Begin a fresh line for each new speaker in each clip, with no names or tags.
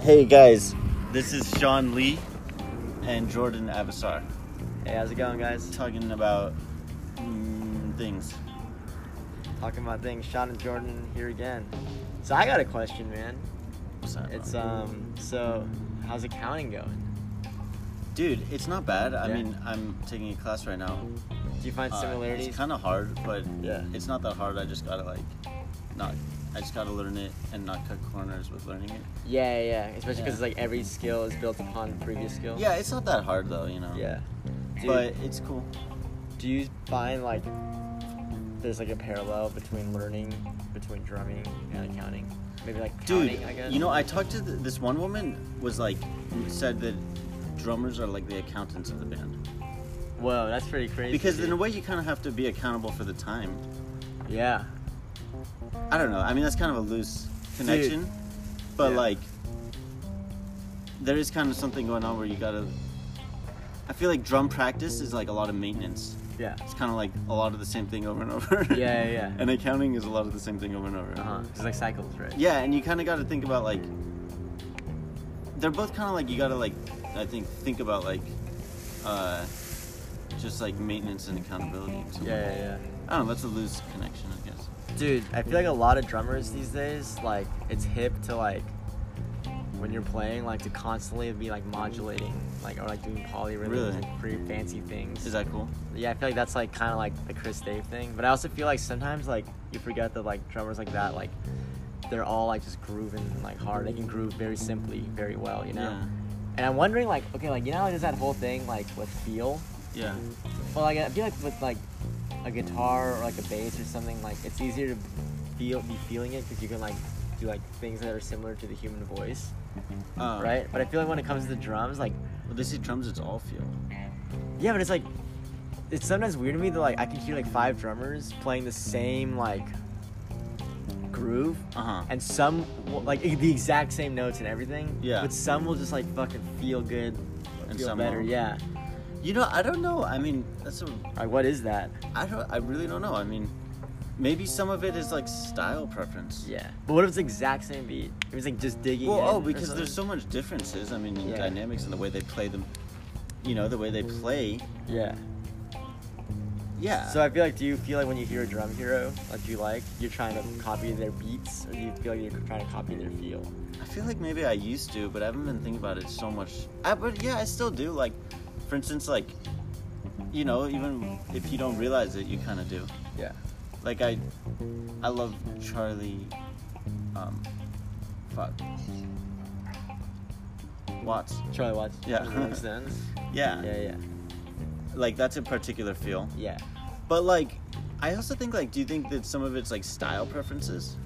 Hey guys, this is Sean Lee and Jordan Avasar
Hey, how's it going, guys?
talking about mm, things.
Talking about things. Sean and Jordan here again. So I got a question, man.
What's that?
It's um, so how's accounting going?
Dude, it's not bad. I
Yeah.
mean, I'm taking a class right now.
Do you find
Uh,
similarities?
it's kind of hard, but
Yeah.
it's not that hard. I just gotta like, not. I just gotta learn it and not cut corners with learning it.
yeah, yeah. Especially
Yeah.
because like every skill is built upon the previous skill.
Yeah, it's not that hard though, you know.
Yeah. Dude,
But it's cool.
do you find like there's like a parallel between learning between drumming and accounting? Maybe like counting,
Dude,
I guess.
you know, I talked to th- this one woman was like, said that drummers are like the accountants of the band
Whoa, that's pretty crazy.
because in a
dude.
way you kind of have to be accountable for the time.
Yeah.
I don't know. I mean, that's kind of a loose connection, but
Yeah.
like, there is kind of something going on where you gotta. I feel like drum practice is like a lot of maintenance.
Yeah.
It's kind of like a lot of the same thing over and over.
Yeah, yeah, yeah.
and accounting is a lot of the same thing over and over.
Uh huh. It's like cycles, right?
Yeah, and you kind of got to think about like. They're both kind of like you got to like, I think think about like, uh, just like maintenance and accountability. and stuff.
Yeah, yeah, yeah.
I don't know. Oh, That's a loose connection, I guess.
Dude, I feel like a lot of drummers these days, like it's hip to like when you're playing, like to constantly be like modulating, like or like doing polyrhythms,
Really?
like pretty fancy things.
Is that cool?
yeah, I feel like that's like kind of like the Chris Dave thing. But I also feel like sometimes like you forget that like drummers like that, like they're all like just grooving like hard. They can groove very simply, very well, you know.
Yeah.
And I'm wondering like, okay, like you know, like, there's that whole thing like with feel.
Yeah.
Well, like, I feel like with like a guitar or like a bass or something, like it's easier to feel be feeling it because you can like do like things that are similar to the human voice,
Uh,
right? But I feel like when it comes to the drums, like
Well, they say drums, it's all feel.
yeah, but it's like it's sometimes weird to me that like I can hear like five drummers playing the same like groove
Uh huh.
and some will, like the exact same notes and everything.
Yeah.
But some will just like fucking feel good,
And
feel
some
better.
won't.
Yeah.
You know, I don't know. I mean, that's a.
Like what is that?
I don't. I really don't know. I mean, maybe some of it is like style preference.
Yeah. But what if it's the exact same beat? If it's like just digging.
Well,
in
oh,
or
because there's
something?
so much differences. I mean, in
Yeah.
dynamics and the way they play them. You know, the way they play.
Yeah.
Yeah.
So I feel like, do you feel like when you hear a drum hero, like you like, you're trying to copy their beats, or do you feel like you're trying to copy their feel?
I feel like maybe I used to, but I haven't been thinking about it so much. I, but yeah, I still do. Like, for instance, like, you know, even if you don't realize it, you kind of do.
Yeah.
Like I, I love Charlie. Um, fuck. Watts.
Charlie Watts.
Yeah.
Rolling Stones.
Yeah.
yeah, yeah,
Like that's a particular feel.
yeah,
But like, I also think like, do you think that some of it's like style preferences?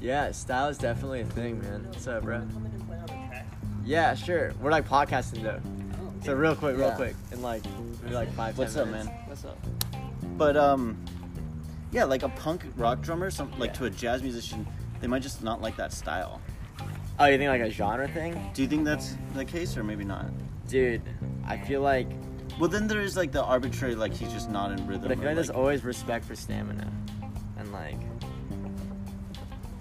yeah. Style is definitely a thing, man. What's up, bro? Yeah, sure. We're like podcasting though, so real quick, real
Yeah.
quick, in like maybe like five. 10
What's up,
minutes.
man?
What's up?
But um, yeah, like a punk rock drummer, some like
Yeah.
to a jazz musician, they might just not like that style.
Oh, you think like a genre thing,
Do you think that's the case or maybe not?
dude? I feel like,
Well, then there is like the arbitrary, like he's just not in rhythm.
but I feel
or,
like there's
like-
always respect for stamina, and like.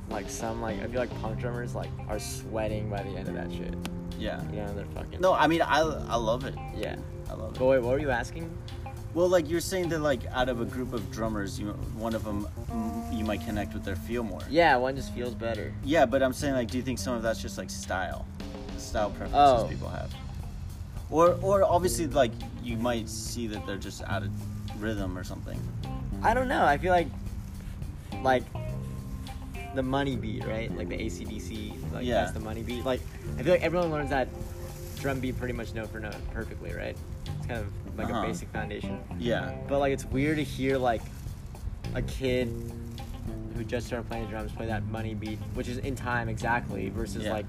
Like some like I feel like punk drummers like are sweating by the end of that shit.
yeah.
Yeah, they're fucking.
No, I mean I I love it.
Yeah.
I love it.
But wait, what were you asking?
Well, like you're saying that like out of a group of drummers, you one of them you might connect with their feel more.
Yeah, one just feels better.
Yeah, but I'm saying like, do you think some of that's just like style, style preferences
Oh.
people have, or or obviously like you might see that they're just out of rhythm or something.
I don't know. I feel like, like, the money beat, right? Like the ACDC, like
Yeah.
that's the money beat. Like, I feel like everyone learns that drum beat pretty much note for note perfectly, right? It's kind of like
Uh-huh.
a basic foundation.
Yeah,
But like, it's weird to hear like a kid who just started playing the drums play that money beat, which is in time exactly, versus
Yeah.
like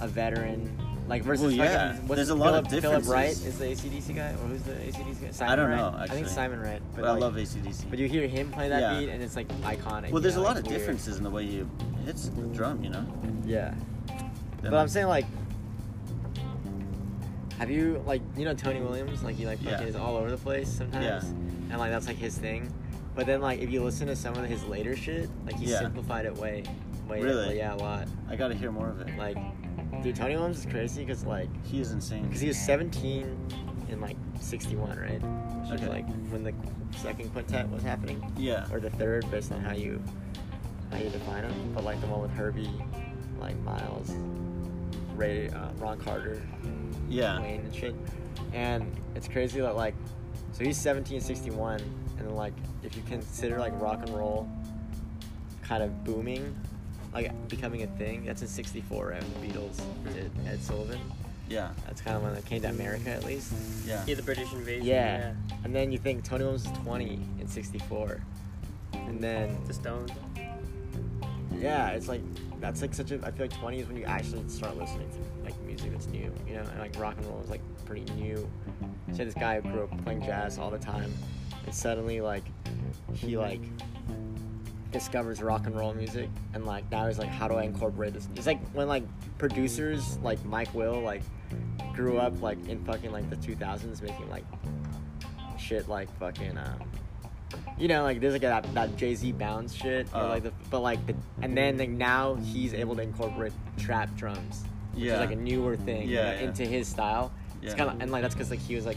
a veteran. Like versus
Well, yeah.
fucking, what's
There's a
Philip,
lot of
Philip Wright is
differences.
the ACDC guy, or who's the ACDC guy? Simon
don't
Wright?
know,
I think
actually.
it's Simon Wright.
but, I
like,
love ACDC.
but you hear him play that
Yeah.
beat, and it's like iconic.
well, there's
you
a
know,
lot
like,
of
weird.
differences in the way you hits the drum, you know.
Yeah,
Then,
but I'm
like,
saying like, have you like you know Tony Williams? Like he like fucking
Yeah.
is all over the place sometimes,
Yeah.
and like that's like his thing. But then like if you listen to some of his later shit, like he
Yeah.
simplified it way, way
Really?
yeah, a lot.
I gotta hear more of it.
Like, dude, Tony Williams is crazy because like,
He is insane.
because he was 17 in like 61, right? Which
Okay.
is like when the second quintet was happening,
Yeah.
or the third, based on how you how you define them. But like the one with Herbie, like Miles, Ray, uh, Ron Carter,
Yeah.
Wayne and shit. And it's crazy that like, so he's 17, 61, and like if you consider like rock and roll, kind of booming, like becoming a thing. That's in '64, right? When the Beatles did Ed Sullivan.
Yeah.
That's kind of when it came to America, at least.
Yeah.
Yeah, the British invasion.
Yeah. And then you think Tony Williams is 20 in '64, and then
The Stones.
yeah, it's like that's like such a. I feel like 20 is when you actually start listening to like music that's new, you know, and like rock and roll is like pretty new. So this guy who grew up playing jazz all the time, and suddenly like he like discovers rock and roll music, and like now he's like, how do I incorporate this? It's like when like producers like Mike Will like grew up like in fucking like the 2000s making like shit like fucking um you know like there's like that, that jay-z bounce shit or
Oh.
like the but like the, and then like now he's able to incorporate trap drums which
Yeah.
is like a newer thing you
Yeah,
know,
yeah.
into his style it's
Yeah.
kind of and like that's because like he was like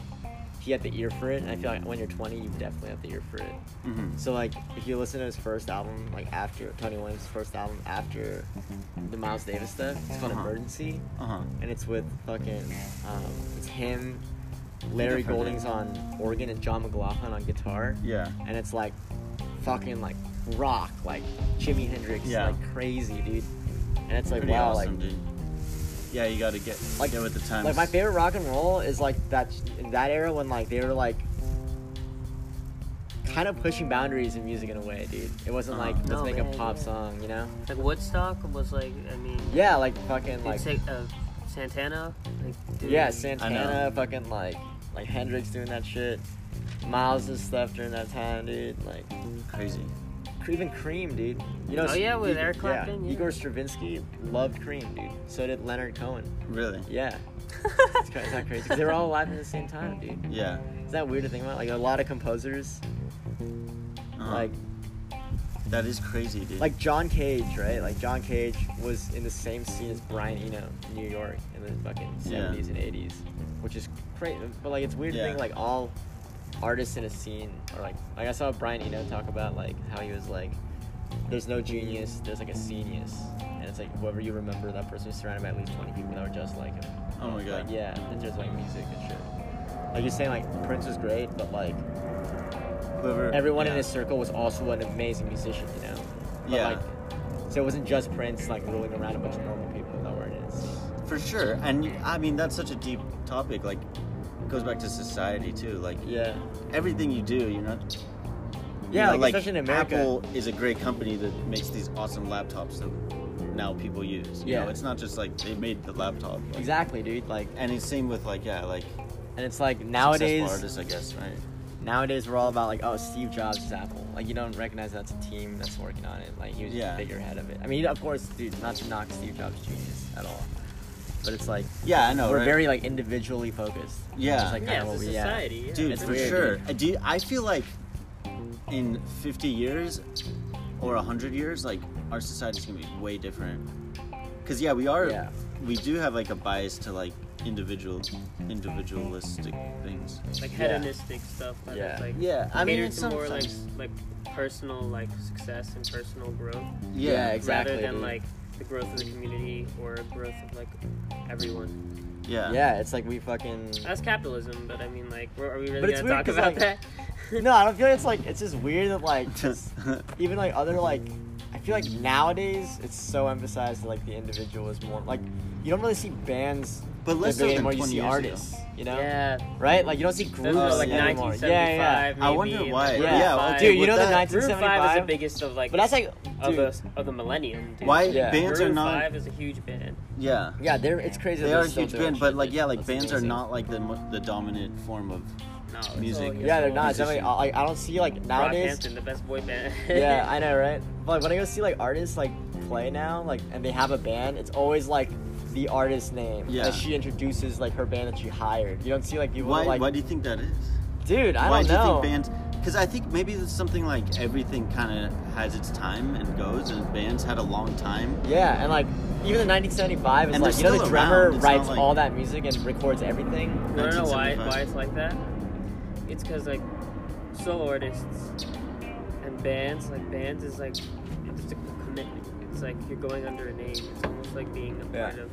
he had the ear for it and i feel like when you're 20 you definitely have the ear for it
hmm
so like, if you listen to his first album, like after Tony Williams' first album after the Miles Davis stuff, it's called
Uh-huh.
Emergency,
Uh huh.
and it's with fucking, um, it's him, Larry
I've heard
Golding's
it.
on organ and John McLaughlin on guitar,
Yeah.
and it's like, fucking like rock, like Jimi Hendrix,
Yeah.
like crazy, dude, and it's like
Pretty
wow,
awesome,
like.
dude. Yeah, you gotta get
Like-
like get with the times.
Like my favorite rock and roll is like that in that era when like they were like kind of pushing boundaries in music in a way, dude. It wasn't like
Uh-huh.
let's
No,
make
man,
a pop
yeah.
song, you know?
Like Woodstock was like, I mean,
Yeah, like fucking
dude,
like
Sa- uh, Santana. Like, dude,
yeah,
I
Santana, fucking like like Hendrix doing that shit, Miles' stuff during that time, dude. Like
Crazy.
even Cream, dude. You know?
Oh, yeah, with
Ig-
Eric Clapton, yeah.
Igor Stravinsky loved Cream, dude. So did Leonard Cohen.
Really.
Yeah, it's, cra- it's not crazy. 'Cause They were all alive at the same time, dude.
Yeah.
Is that weird to think about? Like a lot of composers,
Uh-huh.
like
that is crazy, dude.
like John Cage, right? Like John Cage was in the same scene as Brian Eno in New York in the fucking
Yeah.
seventies and eighties, which is crazy. But like it's weird to
Yeah.
think like all artists in a scene are like like I saw Brian Eno talk about like how he was like there's no genius, there's like a genius. And it's like whoever you remember, that person is surrounded by at least twenty people that were just like him.
oh my god.
Like, yeah, it's just like music and shit. Like you're saying like Prince was great, but like
Whoever.
everyone in
yeah.
his circle was also an amazing musician, you know? But
Yeah.
like so it wasn't just Prince like ruling around a bunch of normal people that weren't in his scene.
For sure. And I mean, that's such a deep topic. Like, it goes back to society, too. Like,
Yeah.
everything you do, you're not. you
Yeah,
know,
like, especially in America.
Apple is a great company that makes these awesome laptops that now people use. You
Yeah.
know, it's not just like they made the laptop. like-
Exactly, dude. Like
And it's same with like yeah, like
and it's like
successful
nowadays
artists, I guess, right?
nowadays we're all about like, oh Steve Jobs is Apple. Like you don't recognize that's a team that's working on it. Like he was just
Yeah.
the figurehead of it. I mean of course, dude, not to knock Steve Jobs genius at all. But it's like
Yeah, I know.
we're
right?
very like individually focused.
Yeah.
Which is, like,
Yeah,
kinda
it's
what
a
we- yeah.
society. Yeah.
dude
it's
for
weird,
sure.
dude.
I Do I feel like in 50 years or 100 years, like our society's gonna be way different. Cause yeah, we are.
Yeah.
We do have like a bias to like individual, individualistic things.
like
Yeah.
hedonistic stuff. But
Yeah.
It's like,
Yeah, I mean,
catered
it's
to more like
sometimes-
like personal like success and personal growth
Yeah.
ex- Exactly,
rather than
dude.
like the growth of the community or growth of like everyone.
yeah.
Yeah, it's like we fucking
That's capitalism, but I mean like we're, are we really
But it's
gonna
weird
talk
'cause,
about
like-
that?
No, I don't feel like it's like it's just weird that like just even like other like I feel like nowadays it's so emphasized that like the individual is more like you don't really see bands
But less so
big
than
anymore. You
20
see
years
artists, you know,
Yeah.
right? Like you don't see
That's
groups
more like
yeah.
anymore.
1975
Yeah, yeah.
I
maybe,
wonder
and,
why.
like,
Yeah.
Route
Yeah,
five.
okay,
Dude, you
with
know the
that-
Route 5 is the
1975.
biggest of like
But that's like,
of
dude,
the of the millennium. Dude.
Why
Yeah.
bands
Maroon
are not?
Five is a huge band.
Yeah,
yeah, they're it's crazy. that
they
they're
are a
still
huge
doing
band,
shit,
but like
dude.
yeah, like
That's
bands
amazing.
are not like the mo- the dominant form of.
No, it's
Music.
all-
Yeah, they're
all
not.
musicians.
Definitely, I, I don't see like nowadays.
Brockhampton, the best boy band.
yeah, I know, right? But like, when I go see like artists like play now, like, and they have a band, it's always like the artist's name
Yeah.
that she introduces, like her band that she hired. You don't see like people
Why?
like,
why do you think that is?
dude, I
why
don't
do you
know.
think bands? because I think maybe it's something like everything kind of has its time and goes, and bands had a long time.
Yeah, and like even in 1975, it's
And
like
they're
you know
still
the drummer
around, it's
writes
not like-
all that music and records everything.
You wanna know why
1975.
why it's like that? It's because like solo artists and bands, like bands is like it's a commitment. It's like you're going under a name. It's almost like being a part
Yeah.
of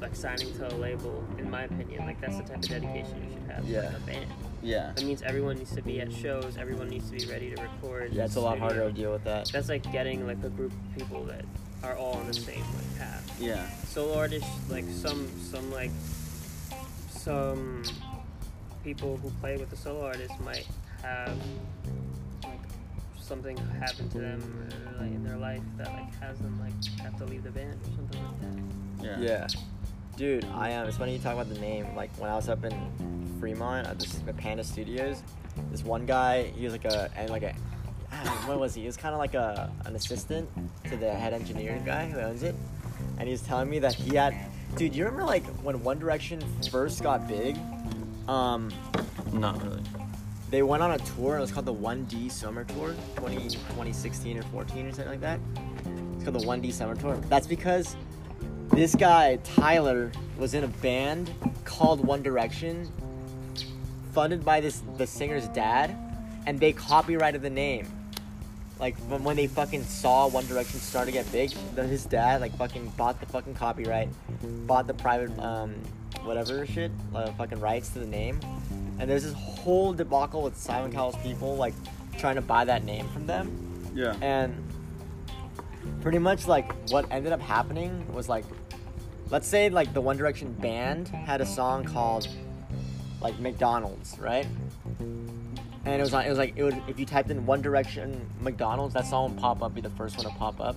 like signing to a label. In my opinion, like that's the type of dedication you should have. to,
Yeah.
Like, a band.
Yeah.
That means everyone needs to be at shows. Everyone needs to be ready to record.
Yeah, it's a lot
studio.
harder to deal with that.
That's like getting like a group of people that are all on the same like path
Yeah.
solo artists like some some like some people who play with the solo artist might have like something happen to them or, like in their life that like has them like have to leave the band or something like that.
Yeah.
Yeah. Dude, I am. Um, it's funny you talk about the name. Like when I was up in Fremont at this the Panda Studios, this one guy, he was like a and like a, I don't know, what was he? He was kind of like a an assistant to the head engineer guy who owns it, and he was telling me that he had. Dude, you remember like when One Direction first got big? Um,
Not really.
they went on a tour. It was called the 1D Summer Tour, 20, 2016 or 14 or something like that. It's called the 1D Summer Tour. That's because this guy Tyler was in a band called One Direction, funded by this the singer's dad, and they copyrighted the name. Like when, when they fucking saw One Direction start to get big, then his dad like fucking bought the fucking copyright, bought the private um whatever shit, uh, fucking rights to the name, and there's this whole debacle with Simon Cowell's people like trying to buy that name from them
Yeah.
and pretty much like what ended up happening was like let's say like the one direction band had a song called like mcdonald's right and it was on it was like it would if you typed in one direction mcdonald's that song would pop up be the first one to pop up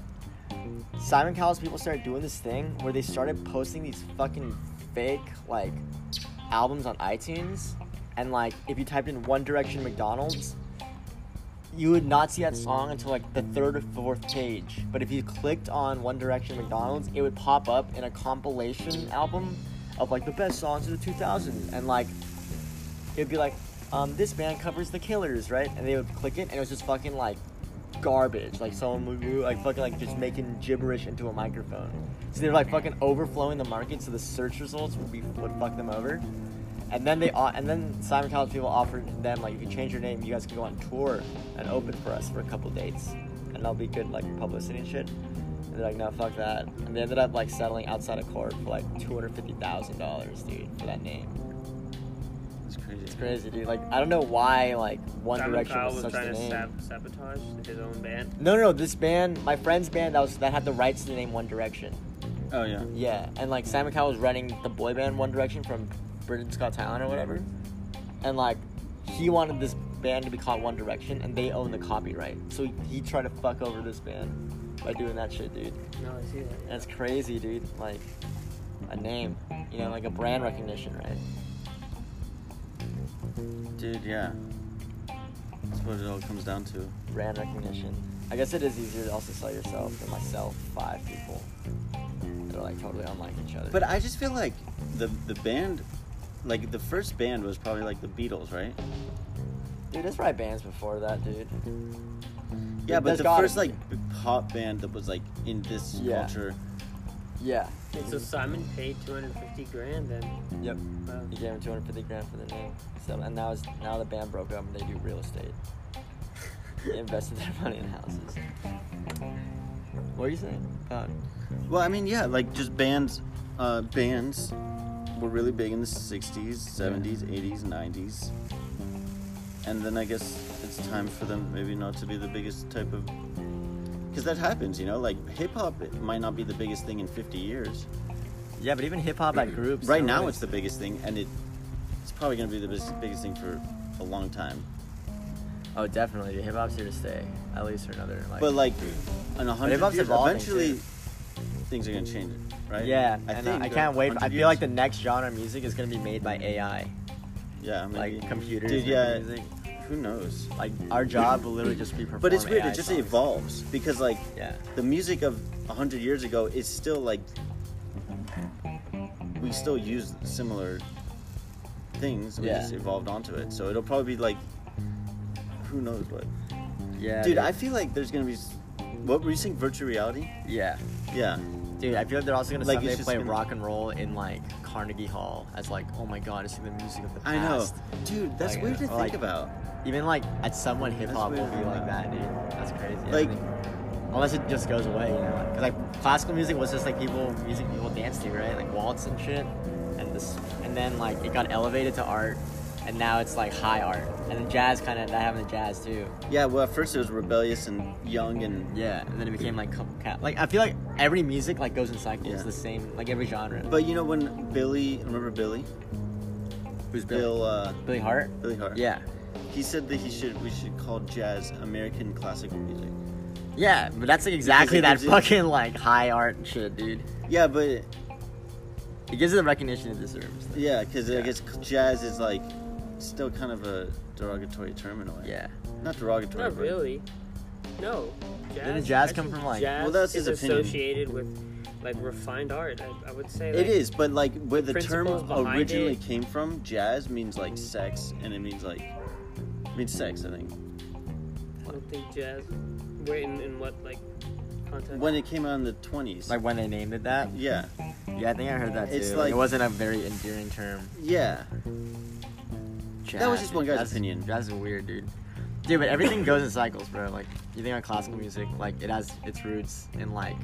simon cowell's people started doing this thing where they started posting these fucking fake like albums on itunes and like if you typed in one direction mcdonald's you would not see that song until like the third or fourth page. But if you clicked on One Direction McDonald's, it would pop up in a compilation album of like the best songs of the 2000s. And like, it'd be like, um, this band covers the Killers, right? And they would click it, and it was just fucking like garbage. Like someone would do, like fucking like just making gibberish into a microphone. So they were like fucking overflowing the market, so the search results would be would fuck them over. And then they au- and then Simon College people offered them like if you change your name, you guys can go on tour and open for us for a couple dates, and that'll be good like publicity and shit. And they're like, no, fuck that. And they ended up like settling outside of court for like two hundred fifty thousand dollars, dude, for that name.
It's crazy.
It's crazy, dude. Like I don't know why like One
Simon
Direction
Cowell
was such
was trying
a
to
name.
sab- sabotage his own band.
No, no, no. This band, my friend's band, that was that had the rights to the name One Direction.
Oh yeah.
Yeah, and like Simon Cowell was running the boy band One Direction from Britain Scott Talent or whatever, and like he wanted this band to be called One Direction, and they own the copyright. So he, he tried to fuck over this band by doing that shit, dude.
No, I see that. yeah.
That's crazy, dude. Like a name, you know, like a brand recognition, right?
Dude, yeah. That's what it all comes down to.
Brand recognition. I guess it is easier to also sell yourself than myself. Five people that are like totally unlike each other.
But I just feel like the the band, like the first band was probably like the Beatles, right?
dude, there's probably bands before that, dude.
Yeah, but
There's
the
gotta
first
be.
like b- pop band that was like in this
Yeah.
culture.
Yeah.
So Simon paid 250 grand then.
Yep.
Wow.
He gave him 250 grand for the name. So, and now, it's, now the band broke up and they do real estate. They invested their money in houses. What are you saying? Uh, About
Well, I mean, yeah, like just bands, uh, bands were really big in the '60s, '70s, '80s, '90s, and then I guess it's time for them maybe not to be the biggest type of, because that happens, you know. Like hip hop it might not be the biggest thing in 50 years.
yeah, but even hip hop, that group.
Right now, it's the biggest thing, and it it's probably gonna be the biggest, biggest thing for a long time.
Oh, definitely. Hip hop's here to stay, at least for another. Like,
But like, in a hundred
hip-hop's
years,
evolving,
eventually,
too.
things are gonna change, right?
yeah, I, and I
but
can't wait. I
100
feel like the
uh, years-
next genre of music is gonna be made by AI,
yeah, maybe.
like computers.
Dude,
making
yeah.
music.
Who knows?
Like our job will literally just be performing.
But it's weird.
AI
It just
songs.
evolves because like
Yeah.
the music of hundred years ago is still like we still use similar things. We
Yeah.
just evolved onto it. So it'll probably be like who who knows what.
Yeah,
Dude, I feel like there's gonna be. s- What were you saying? Virtual reality?
yeah,
Yeah.
dude. I feel like they're also gonna
Like, it's
someday
just
play
gonna-
rock and roll in like Carnegie Hall as like, oh my god, it's like the music of the
I know.
past.
Dude, that's
Like,
weird
uh,
to think
like-
about.
Even like at somewhat hip hop will
weird.
be like that, dude. That's crazy. I
Like-
think- unless it just goes away, you know? Because like classical music was just like people music people dance to, right? Like waltz and shit, and this, and then like it got elevated to art, and now it's like high art, and then jazz kind of that happened to jazz too.
Yeah, well, at first it was rebellious and young and.
Yeah, and then it became like couple cat. Like I feel like every music like goes in cycles.
Yeah.
The same like every genre.
But you know when Billy, remember Billy?
who's
Bill, uh,
Billy Hart.
Billy Hart.
Yeah,
He said that he should we should call jazz American classical music.
yeah, but that's like exactly
it
that
gives it-
fucking like high art shit, dude.
Yeah, but
It gives it the recognition it deserves. though.
yeah, because I
Yeah.
guess jazz is like still kind of a derogatory term in a way.
Yeah.
Not derogatory.
Not
but-
really. No. Jazz,
Didn't jazz come
actually,
from, like-
Jazz
Well, that's
is
his opinion.
associated with like refined art. I, I would say like,
It is, but like where the term
principles behind
originally
it.
came from, jazz means like sex, and it means like it means sex. I think
I don't think jazz. Where in, in what like content?
when it came out in the twenties.
Like when they named it that.
yeah,
Yeah, I think I heard that too.
It's
Like,
like-
it wasn't a very endearing term.
yeah, That was
Jazz,
just one guy's
that's-
opinion.
That's weird, dude. Dude, but everything goes in cycles, bro. Like you think on classical music, like it has its roots in like,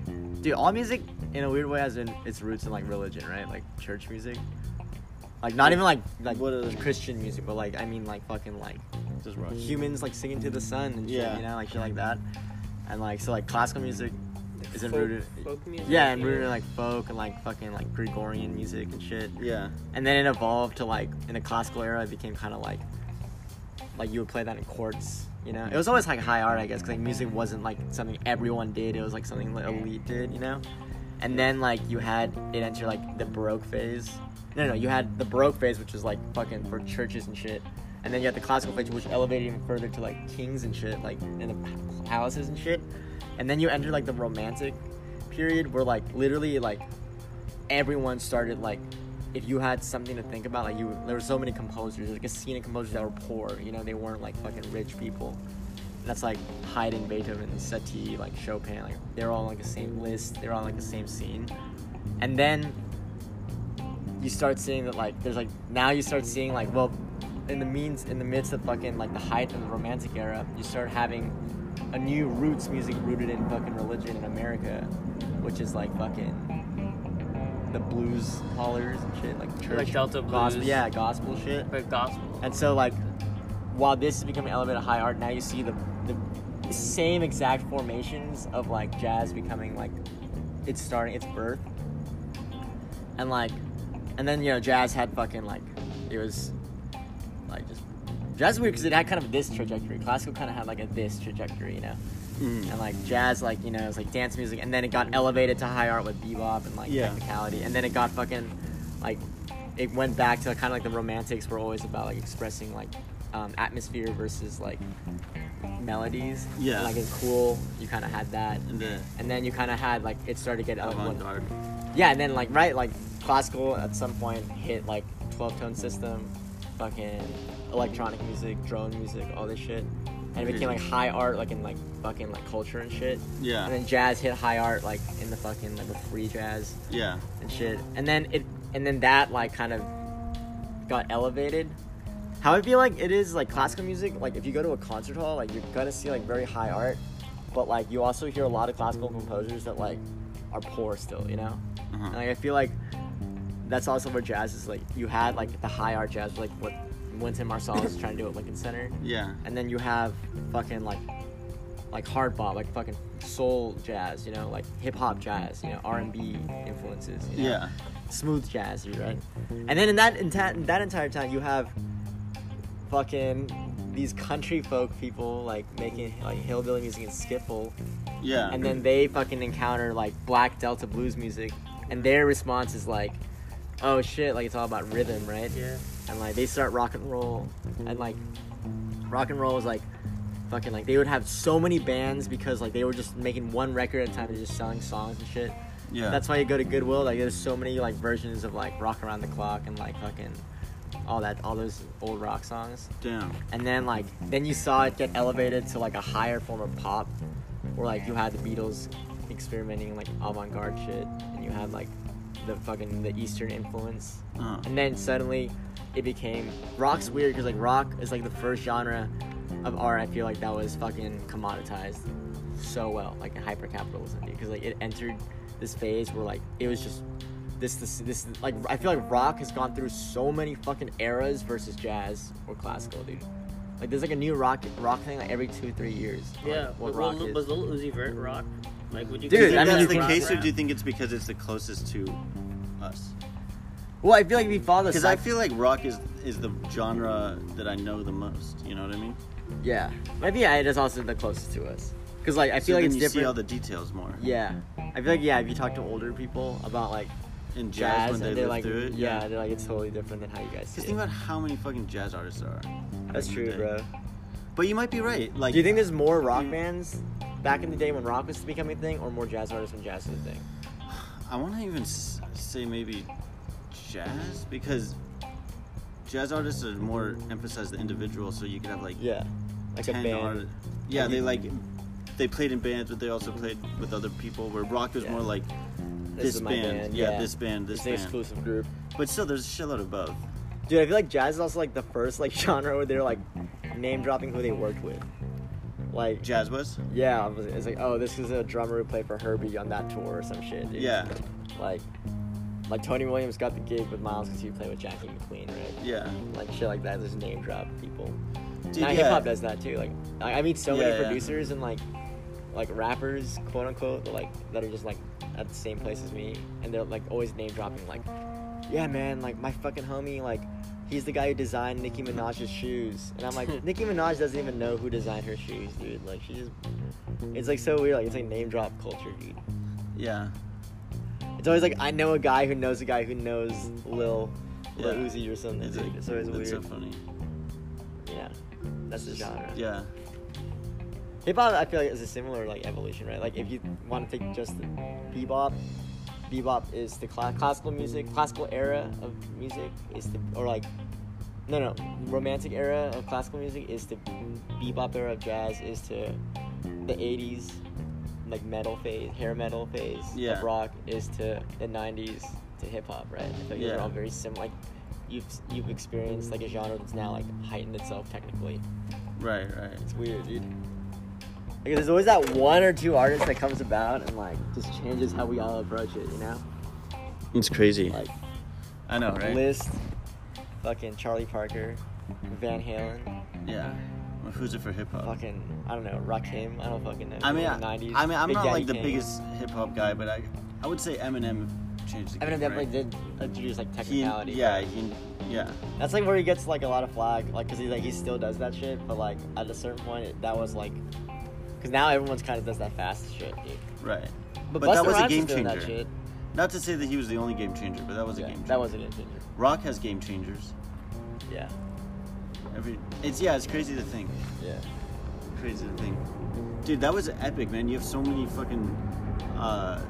dude, all music in a weird way has in its roots in like religion, right? Like church music. Like not even like like
What are-
Christian music, but like I mean like fucking like
just rock.
humans like singing to the sun and shit,
Yeah.
you know, like shit like that. And like so like classical music is in
folk,
rooted.
folk music.
Yeah, and rooted in like folk and like fucking like Gregorian music and shit
Yeah,
and then it evolved to like in the classical era it became kind of like like you would play that in courts you know it was always like high art i guess 'cause, like music wasn't like something everyone did it was like something like elite did you know and then like you had it enter like the baroque phase no no you had the baroque phase which was like fucking for churches and shit and then you had the classical phase which elevated even further to like kings and shit like in the p- palaces and shit and then you enter like the romantic period where like literally like everyone started like if you had something to think about like you there were so many composers like scenic composers that were poor you know they weren't like fucking rich people that's like Haydn Beethoven Satie like Chopin like they're all on, like the same list they're all on, like the same scene and then you start seeing that like there's like now you start seeing like well in the means in the midst of fucking like the height of the romantic era you start having a new roots music rooted in fucking religion in America which is like fucking the blues hollers and shit, like church,
Delta
gospel,
blues.
yeah, gospel shit.
But gospel.
And so, like, while this is becoming elevated high art, now you see the the same exact formations of like jazz becoming like it's starting its birth, and like, and then you know jazz had fucking like it was like just jazz is weird because it had kind of this trajectory. Classical kind of had like a this trajectory, you know.
Mm.
And like jazz, like you know, it was like dance music, and then it got elevated to high art with bebop and like
Yeah.
technicality, and then it got fucking like it went back to kind of like the romantics were always about like expressing like um, atmosphere versus like melodies.
Yeah.
And, like in cool, you kind of had that,
and the
and then you kind of had like it started to get uh, like,
avant
one-
garde.
yeah, and then like right, like classical at some point hit like twelve tone system, fucking electronic music, drone music, all this shit, and it became like high art, like in like fucking like culture and shit.
Yeah,
And then jazz hit high art, like in the fucking like the free jazz
yeah,
and shit. And then it, and then that like kind of got elevated. How I feel like it is like classical music. Like if you go to a concert hall, like you're gonna see like very high art, but like you also hear a lot of classical composers that like are poor still, you know. And, like I feel like that's also where jazz is like you had like the high art jazz, like what Wynton Marsalis is trying to do at Lincoln Center,
yeah,
and then you have fucking like like hard bop, like fucking soul jazz, you know, like hip hop jazz, you know, R and B influences, you know?
yeah,
smooth jazz, right? And then in that enta- in that entire time, you have fucking these country folk people like making like hillbilly music and skiffle,
yeah.
and then they fucking encounter like black delta blues music, and their response is like, "Oh shit!" Like it's all about rhythm, right?
Yeah.
and like they start rock and roll and like rock and roll was like fucking like they would have so many bands because like they were just making one record at a time and just selling songs and shit
yeah,
that's why you go to goodwill like there's so many like versions of like rock around the clock and like fucking all that, all those old rock songs.
Damn.
and then like then you saw it get elevated to like a higher form of pop where like you had the beatles experimenting like avant-garde shit and you had like the fucking the eastern influence
Uh,
and then suddenly it became rock's weird because like rock is like the first genre of art i feel like that was fucking commoditized so well like in hyper capitalism because like it entered this phase where like it was just this this this like i feel like rock has gone through so many fucking eras versus jazz or classical dude like there's like a new rock rock thing like every two three years on,
Yeah,
like, what
was
rock
Lil,
is.
was Lil Uzi Vert rock? Like, would you?
Dude,
do you think
consider
I mean,
that's
you
that
the
rock
case, or
rap?
do you think it's because it's the closest to us?
well i feel like we follow this
Because I feel like rock is is the genre that I know the most. You know what I mean?
yeah maybe yeah, it is also the closest to us because like i
so
feel like
then
it's
you
different
see all the details more.
Yeah, I feel like yeah. If you talk to older people about like
In jazz,
jazz,
when they
and they're
live
like,
through it.
yeah. they're like it's totally different than how you guys. See
Because
it.
think about how many fucking jazz artists there are.
That's true, bro.
But you might be right. Like,
Do you think there's more rock
Mm.
bands back in the day when rock was becoming a thing, or more jazz artists when jazz was a thing?
I want to even s- say maybe jazz because jazz artists are more emphasize the individual, so you could have like
Yeah, like a
ten
band.
art- Yeah,
Like
they
you-
like they played in bands, but they also played with other people. Where rock was
Yeah.
more like
This
this,
is my
band,
band,
Yeah,
yeah.
this band, this
It's an
band.
exclusive group.
But still, there's a shitload of both.
Dude, I feel like jazz is also like the first like genre where they're like name dropping who they worked with. Like
Jazz was.
yeah, it was- it's like oh this is a drummer who played for Herbie on that tour or some shit. Dude.
Yeah,
Like, like Tony Williams got the gig with Miles because he played with Jackie McLean, right?
yeah.
Like shit like that. Just name drop people.
Dude,
now
yeah.
hip hop does that too. Like I, I meet so
Yeah,
many
yeah.
producers and like like rappers, quote unquote, that, like that are just like at the same place as me, and they're like always name dropping. Like, yeah, man, like my fucking homie, like. He's the guy who designed Nicki Minaj's shoes, and I'm like, Nicki Minaj doesn't even know who designed her shoes, dude. Like, she just—it's like so weird. Like, it's like name drop culture, dude.
yeah.
It's always like I know a guy who knows a guy who knows Lil, Lil
Yeah.
Uzi or something. It's,
like-
it's always
that's so
weird.
funny.
yeah, that's the genre.
Yeah,
Hip hop, I feel like is a similar like evolution, right? Like if you want to take just the bebop, bebop is the cla- classical music, classical era of music is the or like. No, no. Romantic era of classical music is the bebop era of jazz is to the '80s, like metal phase, hair metal phase
Yeah.
of rock is to the '90s to hip hop, right? I feel like these are
Yeah.
all very similar. Like you've you've experienced like a genre that's now like heightened itself technically.
right, right.
It's weird, dude. Like, there's always that one or two artists that comes about and like just changes how we all approach it, you know?
It's crazy.
Like
I know, right?
List, fucking Charlie Parker, Van Halen,
Yeah. Well, Who's it for hip hop?
fucking I don't know, Rakim. I don't fucking know.
I mean, I,
early 90s.
I mean, I'm
Big
not
Daddy
like the
Kane.
biggest hip hop guy, but I, I would say Eminem changed the game.
I mean, definitely
right?
did introduce like
He,
technicality.
yeah, he, yeah,
That's like where he gets like a lot of flag, like because he like he still does that shit, but like at a certain point it, that was like, because now everyone's kind of does that fast shit, dude.
right.
But,
But
Busta
that was a
Rhymes
game
doing That
changer.
shit.
Not to say that he was the only game changer, but that was a
Yeah,
game changer.
that was a game changer.
Rock has game changers.
Yeah,
Every, it's yeah, it's crazy to think.
yeah.
Crazy to think, dude. That was epic, man. You have so many fucking, uh,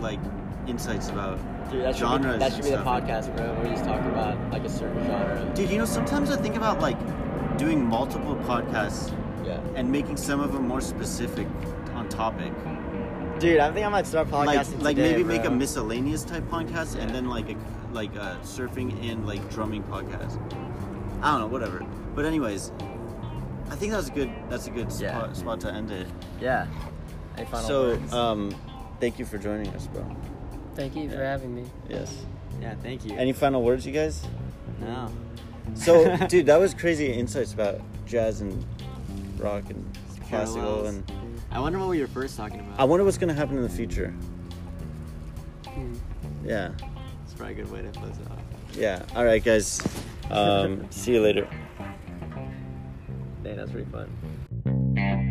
like, insights about
Dude, that should,
genres.
be, that
and
should be the
stuff.
podcast, bro, where we just talk about like a certain genre.
Dude, you know, sometimes I think about like doing multiple podcasts
Yeah.
and making some of them more specific on topic.
Dude, I think I might start podcasting.
Like, like
today,
maybe
bro.
make a miscellaneous type podcast and then like a like a surfing and like drumming podcast. I don't know, whatever. But anyways, I think that's a good that's a good
Yeah.
spot, spot to end it.
Yeah. Any final words?
um, thank you for joining us, bro.
Thank you for having me.
Yes.
yeah, thank you.
final words, you guys?
no.
So, dude, that was crazy insights about jazz and rock and classical
Parallels.
and.
I wonder what we were first talking about.
I wonder what's gonna happen in the future.
Hmm.
Yeah,
It's probably a good way to close it off.
yeah. All right, guys. Um, see you later.
Dang, that's pretty fun.